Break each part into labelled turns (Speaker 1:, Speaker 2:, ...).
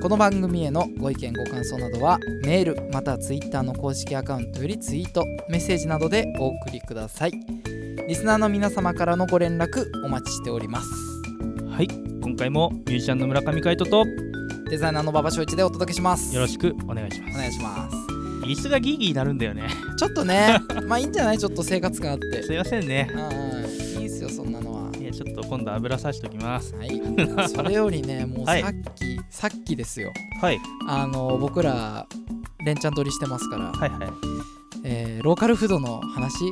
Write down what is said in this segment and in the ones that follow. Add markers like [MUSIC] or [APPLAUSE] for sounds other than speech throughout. Speaker 1: この番組へのご意見ご感想などはメールまたはツイッターの公式アカウントよりツイートメッセージなどでお送りくださいリスナーの皆様からのご連絡お待ちしております
Speaker 2: はい今回もミュージシャンの村上海人と
Speaker 1: デザイナーの馬場翔一でお届けします
Speaker 2: よろしくお願いします
Speaker 1: お願いします
Speaker 2: 椅子がギーギーなるんだよね [LAUGHS]
Speaker 1: ちょっとねまあいいんじゃないちょっと生活感あって
Speaker 2: すいませんね
Speaker 1: うんうんいいっすよそんな
Speaker 2: [LAUGHS]
Speaker 1: のは
Speaker 2: ねちょっと今度油さしておきます
Speaker 1: はいそれよりねもうさ
Speaker 2: はい
Speaker 1: っき、さっきですよ
Speaker 2: はい
Speaker 1: あの僕ら連チャン撮りしてますから、
Speaker 2: はいはい
Speaker 1: えーローカルフードの話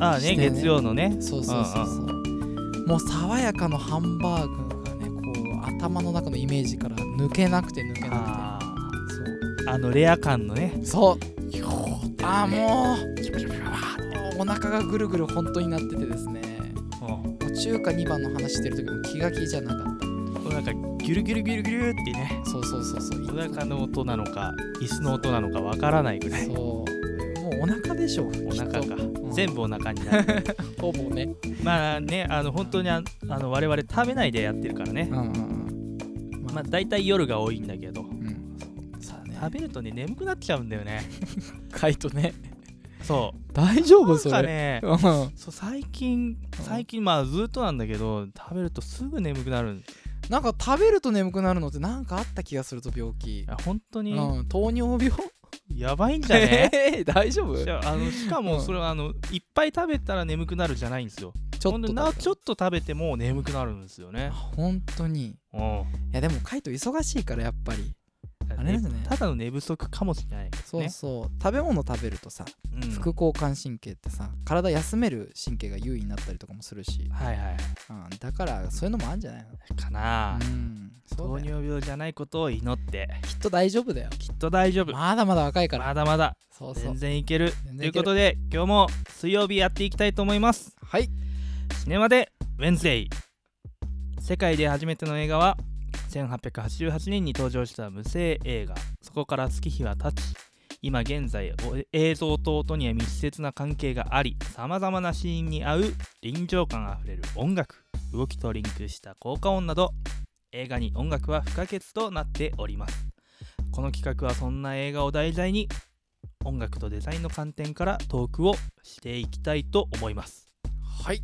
Speaker 2: ああね
Speaker 1: してね
Speaker 2: 月曜のね
Speaker 1: そうそうそうそうもう爽やかのハンバーグがねこう頭の中のイメージから抜けなくて抜けな
Speaker 2: あああのレア感のね
Speaker 1: くてそうそうあーもうお腹がぐるぐる本当になっててですね
Speaker 2: も
Speaker 1: もう中華2番の話してる時も気が気じゃなかっ
Speaker 2: うなんかギュルギュルギュルギュルってね
Speaker 1: たそうそうそうそう
Speaker 2: お腹の音なのか椅子の音なのかわからないぐらい
Speaker 1: そうもうお腹でしょ
Speaker 2: お腹
Speaker 1: きっ
Speaker 2: か
Speaker 1: ん
Speaker 2: 全部お腹に
Speaker 1: [LAUGHS]
Speaker 2: なる
Speaker 1: とほぼね
Speaker 2: まあねあの本当にああの我々食べないでやってるからね
Speaker 1: うんうんうん
Speaker 2: まあ大体夜が多いんだけど
Speaker 1: うんさあね
Speaker 2: 食べるとね眠くなっちゃうんだよね
Speaker 1: カイトね
Speaker 2: そ
Speaker 1: 大丈夫
Speaker 2: う
Speaker 1: そ
Speaker 2: なんか
Speaker 1: れ
Speaker 2: ね
Speaker 1: うん
Speaker 2: そう最近最近まあずっとなんだけど食べるとすぐ眠くなるい
Speaker 1: なんか食べると眠くなるのってなんかあった気がすると病気
Speaker 2: や本当
Speaker 1: う
Speaker 2: に
Speaker 1: ん糖尿病
Speaker 2: やばいんじゃね
Speaker 1: えー大丈夫
Speaker 2: いやあのしか
Speaker 1: う
Speaker 2: も
Speaker 1: ん
Speaker 2: それはあのいっぱい食べたら眠くなるじゃないんですよ
Speaker 1: ち
Speaker 2: ほ
Speaker 1: ょっ
Speaker 2: ん
Speaker 1: と
Speaker 2: でなちょっと食べても眠くなるんですよね
Speaker 1: 本当にい
Speaker 2: うん
Speaker 1: やでもカイト忙しいからやっぱりあれなんじゃない
Speaker 2: ただの寝不足かもしれないです
Speaker 1: そう
Speaker 2: ね
Speaker 1: そう食べ物食べるとさ
Speaker 2: うん
Speaker 1: 副交感神経ってさ体休める神経が優位になったりとかもするし
Speaker 2: はいはい
Speaker 1: うんだからそういうのもあるんじゃないの
Speaker 2: かなあ
Speaker 1: うんそう
Speaker 2: 糖
Speaker 1: だよ
Speaker 2: 尿病じゃないことを祈って
Speaker 1: きっと大丈夫だよ
Speaker 2: きっと大丈夫
Speaker 1: まだまだ若いから
Speaker 2: まだまだ
Speaker 1: そうそう
Speaker 2: 全然いけると
Speaker 1: 全然
Speaker 2: い
Speaker 1: いう
Speaker 2: こ
Speaker 1: ける
Speaker 2: とで今日も水曜日やっていきたいと思います
Speaker 1: はい
Speaker 2: シネマでウェンズデイ世界で初めての映画は1888年に登場した無声映画そこから月日は経ち今現在お映像と音には密接な関係がありさまざまなシーンに合う臨場感あふれる音楽動きとリンクした効果音など映画に音楽は不可欠となっておりますこの企画はそんな映画を題材に音楽とデザインの観点からトークをしていきたいと思います
Speaker 1: はい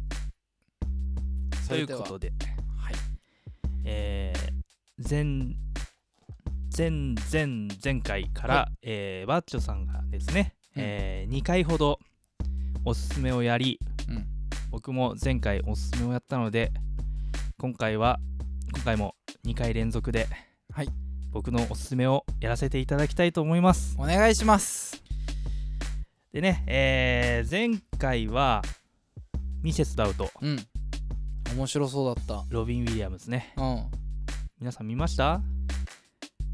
Speaker 2: ということで、
Speaker 1: はい
Speaker 2: えー前前前前回から、
Speaker 1: は
Speaker 2: えーバッチョさんがですね、
Speaker 1: うん
Speaker 2: え2回ほどおすすめをやり、
Speaker 1: うん
Speaker 2: 僕も前回おすすめをやったので今回は今回も2回連続で、
Speaker 1: はい
Speaker 2: 僕のおすすめをやらせていただきたいと思います。
Speaker 1: お願いします
Speaker 2: でね、えー前回はミセス・ダウト
Speaker 1: うん面白そうだっ
Speaker 2: ロビン・ウィリアムズね
Speaker 1: たうん
Speaker 2: 皆さん見ました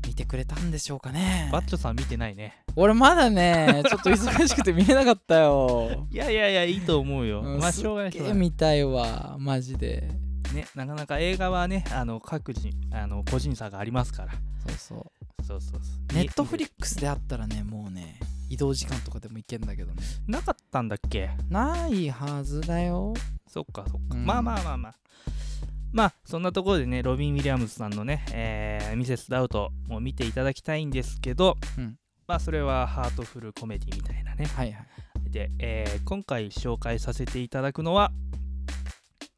Speaker 1: 見てくれたんでしょうかね
Speaker 2: バッチョさん見てないね。
Speaker 1: 俺ま
Speaker 2: [LAUGHS]
Speaker 1: だねちょっと忙しくて見れなかったよ、
Speaker 2: いやいやいや、いいと思うよ。
Speaker 1: うん
Speaker 2: まあ、しょうがない
Speaker 1: す
Speaker 2: し
Speaker 1: っ
Speaker 2: ょう
Speaker 1: げ
Speaker 2: がな
Speaker 1: え
Speaker 2: い
Speaker 1: 見たいわマジで
Speaker 2: ね、なかなか映画はね、あの各人、あの個人差がありますから。
Speaker 1: そうそ
Speaker 2: そ
Speaker 1: う
Speaker 2: うそうそう。
Speaker 1: ネットフリ
Speaker 2: ッ
Speaker 1: ックスであったらねもうね移動時間とかでもいけんだけどね
Speaker 2: クなかったんだっけ
Speaker 1: ないはずだよ
Speaker 2: そっかそっか。
Speaker 1: うん
Speaker 2: まあまあまあまあ。まあ、そんなところでね、ロビン・ウィリアムズさんのね、えーミセス・ダウトも見ていただきたいんですけど、
Speaker 1: うん
Speaker 2: まあ、それはハートフルコメディみたいなね。
Speaker 1: はいはい
Speaker 2: で、えー今回紹介させていただくのは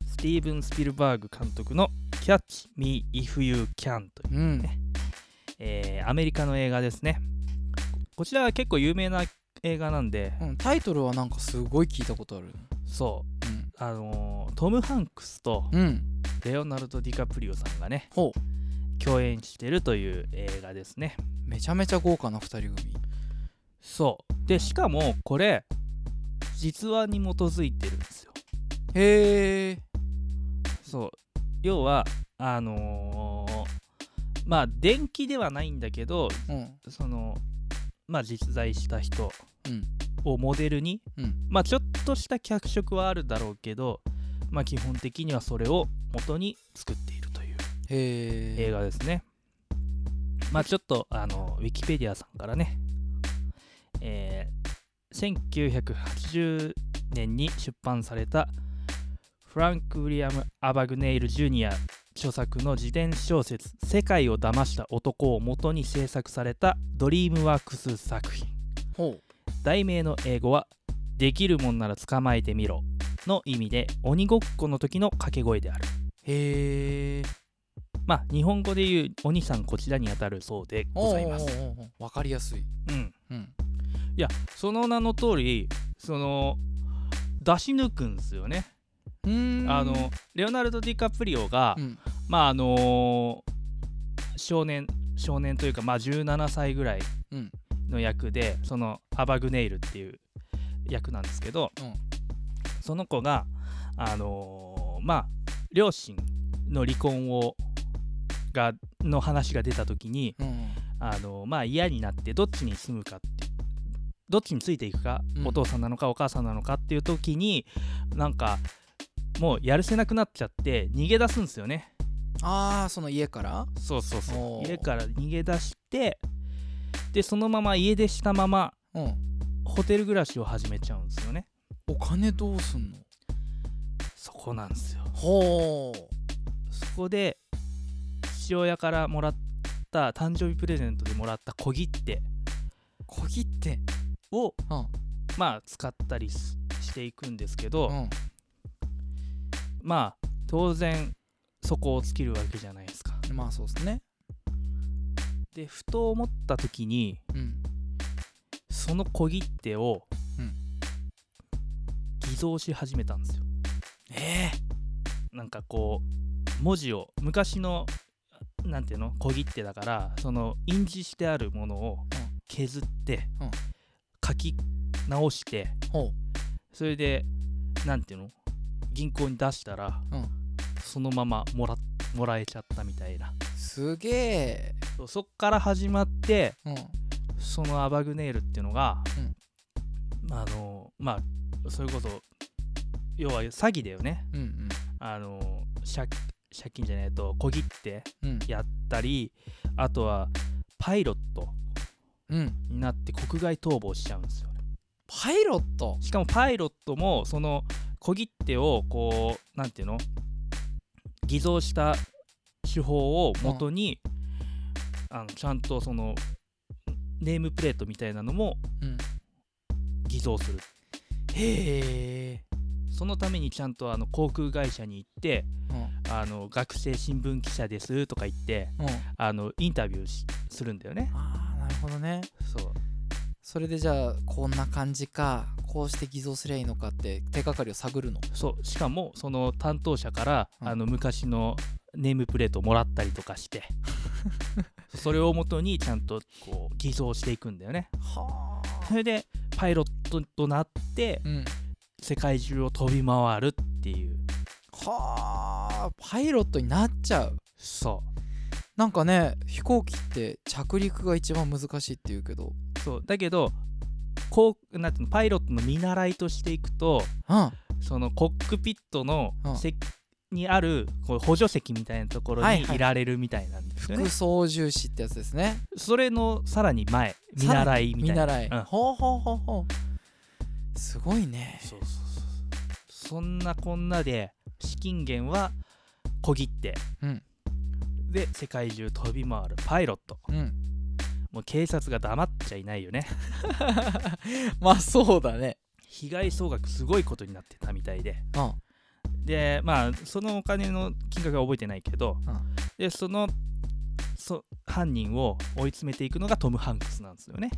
Speaker 2: スティーブン・スピルバーグ監督の「Catch Me If You Can」という、
Speaker 1: うん
Speaker 2: えーアメリカの映画ですねこちらは結構有名な映画なんで
Speaker 1: うんタイトルはなんかすごい聞いたことある
Speaker 2: そうあのートム・ハンクスと
Speaker 1: うん、うん、
Speaker 2: レオナルド・ディカプリオさんがね
Speaker 1: ほう
Speaker 2: 共演してるという映画ですね
Speaker 1: めちゃめちゃ豪華な2人組
Speaker 2: そうでしかもこれ実話に基づいてるんですよ
Speaker 1: へえ
Speaker 2: そう要はあのーまあ電気ではないんだけど
Speaker 1: うん
Speaker 2: そのまあ実在した人
Speaker 1: うん
Speaker 2: をモデルに、
Speaker 1: うん
Speaker 2: まあちょっとした脚色はあるだろうけどまあ基本的にはそれを元に作っているという
Speaker 1: へえ
Speaker 2: 映画ですね。まあちょっとあのウィキペディアさんからね、えー1980年に出版されたフランク・ウィリアム・アバグネイル・ジュニア著作の自伝小説「世界を騙した男」を元に制作されたドリームワークス作品
Speaker 1: ほ
Speaker 2: 題名の英語は「できるもんなら捕まえてみろ」の意味で鬼ごっこの時の掛け声である
Speaker 1: うへえ
Speaker 2: まあ日本語で言う「鬼さんこちらにあたるそうでございます」
Speaker 1: わかりやすい
Speaker 2: うん、
Speaker 1: うん
Speaker 2: いやその名の通りその出し抜くんですよね、
Speaker 1: うーん
Speaker 2: あのレオナルド・ディカプリオが、
Speaker 1: うん
Speaker 2: まああのー少年少年というか、まあ、17歳ぐらい
Speaker 1: うん
Speaker 2: の役でそのアバグネイルっていう役なんですけど、
Speaker 1: うん
Speaker 2: その子があのーまあ両親の離婚をがの話が出た時に
Speaker 1: うん
Speaker 2: あのまあ嫌になってどっちに住むかってどっちについていくか、
Speaker 1: うん
Speaker 2: お父さんなのかお母さんなのかっていう時になんかもうやるせなくなっちゃって逃げ出すんですよね
Speaker 1: ああその家から
Speaker 2: そうそう
Speaker 1: おー
Speaker 2: 家から逃げ出してでそのまま家出したまま
Speaker 1: うん
Speaker 2: ホテル暮らしを始めちゃうんですよね
Speaker 1: お金どうすんの
Speaker 2: そこなんですよ
Speaker 1: ほう
Speaker 2: そこで父親からもらった誕生日プレゼントでもらった小切手
Speaker 1: 小切手
Speaker 2: を
Speaker 1: うん
Speaker 2: まあ使ったりししていくんですけど、
Speaker 1: うん
Speaker 2: まあ当然そこを尽きるわけじゃないですか。
Speaker 1: まあそうですね
Speaker 2: でふと思った時に
Speaker 1: うん
Speaker 2: その小切手を、
Speaker 1: うん
Speaker 2: 偽造し始めたんですよ。
Speaker 1: え
Speaker 2: なんかこう文字を昔のなんていうの小切手だからその印字してあるものを
Speaker 1: ん
Speaker 2: 削って、
Speaker 1: うん
Speaker 2: 書き直して
Speaker 1: えほ
Speaker 2: それでなんていうの銀行に出したら、
Speaker 1: うん
Speaker 2: そのままもらもらえちゃったみたいな
Speaker 1: うすげえ
Speaker 2: そうそっから始まって
Speaker 1: うん
Speaker 2: そのアバグネイルっていうのが、あのまあそれこそ要は詐欺だよね
Speaker 1: うん
Speaker 2: あの借借金じゃないと小切手
Speaker 1: うんうん
Speaker 2: やったりあとはパイロット
Speaker 1: うん
Speaker 2: になって国外逃亡しちゃうんですよね
Speaker 1: パイロット
Speaker 2: しかもパイロットもその小切手をこうなんていうの偽造した手法を元に、あのちゃんとそのネームプレートみたいなのも
Speaker 1: うん
Speaker 2: 偽造する
Speaker 1: へえ
Speaker 2: そのためにちゃんとあの航空会社に行って
Speaker 1: うん
Speaker 2: あの学生新聞記者ですとか言って
Speaker 1: うん
Speaker 2: あのインタビューしするんだよね
Speaker 1: ああなるほどね
Speaker 2: そう
Speaker 1: それでじゃあこんな感じかこうして偽造すりゃいいのかって手がかりを探るの
Speaker 2: そうしかもその担当者から、
Speaker 1: うん
Speaker 2: あの昔のネームプレートをもらったりとかして
Speaker 1: [LAUGHS]
Speaker 2: それを元にちゃんとこう偽造していくんだよね
Speaker 1: は
Speaker 2: それでパイロットとなって
Speaker 1: うん
Speaker 2: 世界中を飛び回るっていう
Speaker 1: はあパイロットになっちゃう
Speaker 2: そ
Speaker 1: なんかね飛行機って着陸が一番難しいっていうけど
Speaker 2: うそうだけどこうなんていうのパイロットの見習いとしていくと
Speaker 1: うん
Speaker 2: そのコックピットの
Speaker 1: うん
Speaker 2: 席にあるこう補助席みたいなところ
Speaker 1: は
Speaker 2: に
Speaker 1: いはい
Speaker 2: いられるみたいなんですよね、
Speaker 1: 副操縦士ってやつですね
Speaker 2: それのさらに前見習いみ
Speaker 1: 見
Speaker 2: たいな
Speaker 1: 習い、
Speaker 2: うん
Speaker 1: ほうほうほうほうすごいね
Speaker 2: そうそうそうそんなこんなで資金源は小切手、
Speaker 1: うん
Speaker 2: で世界中飛び回るパイロット
Speaker 1: うん
Speaker 2: もう警察が黙っちゃいないよね
Speaker 1: [LAUGHS] まあそうだね
Speaker 2: 被害総額すごいことになってたみたいで
Speaker 1: うん
Speaker 2: でまあそのお金の金額は覚えてないけど、
Speaker 1: うん
Speaker 2: でそのそ犯人を追い詰めていくのがトム・ハンクスなんですよね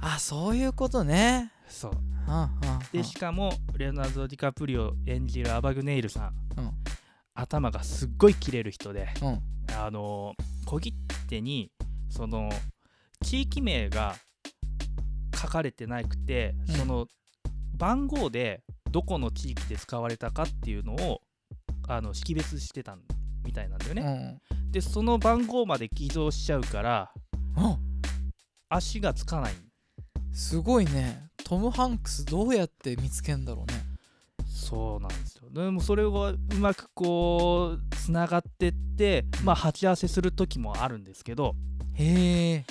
Speaker 1: あそういうことね
Speaker 2: そう
Speaker 1: うんうんう
Speaker 2: で
Speaker 1: ん
Speaker 2: しかもレオナルド・ディカプリオ演じるアバグネイルさん、
Speaker 1: うん
Speaker 2: 頭がすっごい切れる人で
Speaker 1: うん
Speaker 2: あの小切手にその地域名が書かれてなくて、
Speaker 1: うん
Speaker 2: その番号でどこの地域で使われたかっていうのをあの識別してたんみたいなんだよ
Speaker 1: う
Speaker 2: ね、
Speaker 1: ん
Speaker 2: でその番号まで偽造しちゃうから
Speaker 1: あ
Speaker 2: 足がつかない
Speaker 1: すごいねトム・ハンクスどうやって見つけんだろうね
Speaker 2: そうなんですよでもそれをうまくこうつながってってまあ鉢合わせする時もあるんですけど
Speaker 1: へえ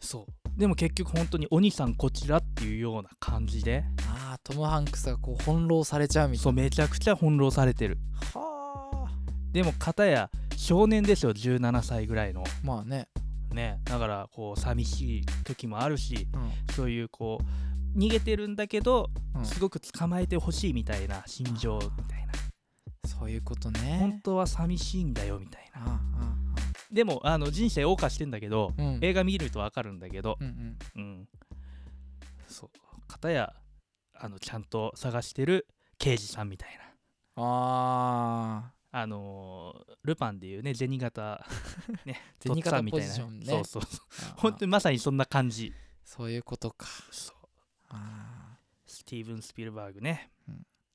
Speaker 2: そうでも結局本当に「お兄さんこちら」っていうような感じで
Speaker 1: あートム・ハンクスがこう翻弄されちゃうみた
Speaker 2: そ
Speaker 1: いう
Speaker 2: めちゃくちゃ翻弄されてる
Speaker 1: なはあ
Speaker 2: でも片や少年ですよ17歳ぐらいの
Speaker 1: まあね、
Speaker 2: ねだからこう寂しい時もあるし
Speaker 1: うん
Speaker 2: そういうこう逃げてるんだけど
Speaker 1: うん
Speaker 2: すごく捕まえてほしいみたいな心情みたいな
Speaker 1: そういうこと
Speaker 2: 本
Speaker 1: ね
Speaker 2: 当は寂しいんだよみたいな
Speaker 1: あ
Speaker 2: でもあの人生謳歌してんだけど
Speaker 1: あああうん
Speaker 2: 映画見るとわかるんだけど
Speaker 1: うんうん
Speaker 2: うんそう片やあのちゃんと探してる刑事さんみたいな
Speaker 1: ああ
Speaker 2: あのールパンでいうね銭形 [LAUGHS] ね
Speaker 1: 銭形
Speaker 2: とっつぁんみたい
Speaker 1: ポジ
Speaker 2: な
Speaker 1: ションね
Speaker 2: そうそうそう
Speaker 1: ああ
Speaker 2: 本当にまさにそんな感じ
Speaker 1: そういうことか
Speaker 2: そう
Speaker 1: ああ
Speaker 2: スティーブン・スピルバーグね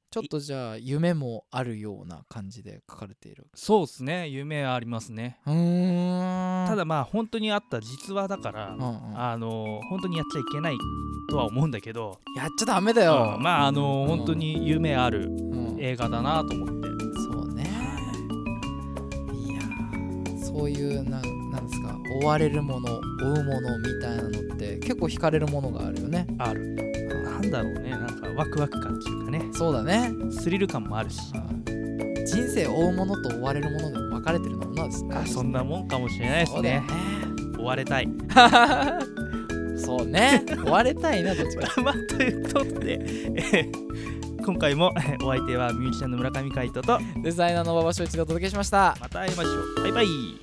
Speaker 1: ちょっとじゃあ夢もあるような感じで書かれている
Speaker 2: そうっすね夢ありますね
Speaker 1: うーん
Speaker 2: ただまあ本当にあった実話だから、
Speaker 1: うんうん
Speaker 2: あのー本当にやっちゃいけないとは思うんだけど、
Speaker 1: やっちゃダメだよ、
Speaker 2: うんまああのー
Speaker 1: うん
Speaker 2: 本当に夢ある
Speaker 1: うん
Speaker 2: 映画だなと思って、
Speaker 1: そうねいやーそういうなんなんですか追われるもの追うものみたいなのって結構惹かれるものがあるよね
Speaker 2: あるなんだろうねなんかワクワク感っていうかね
Speaker 1: そうだね
Speaker 2: スリル感もあるし
Speaker 1: 人生追うものと追われるものが分かれてるのもなんですね
Speaker 2: あそんなもんかもしれないです
Speaker 1: そうだよ
Speaker 2: ね
Speaker 1: ね
Speaker 2: 追われたい
Speaker 1: そうね [LAUGHS] 追われたいなどっちか
Speaker 2: まあということで、えー今回もえーお相手はミュージシャンの村上海人と
Speaker 1: デザイナーの馬場翔一がお届けしました
Speaker 2: また会いましょうバイバイ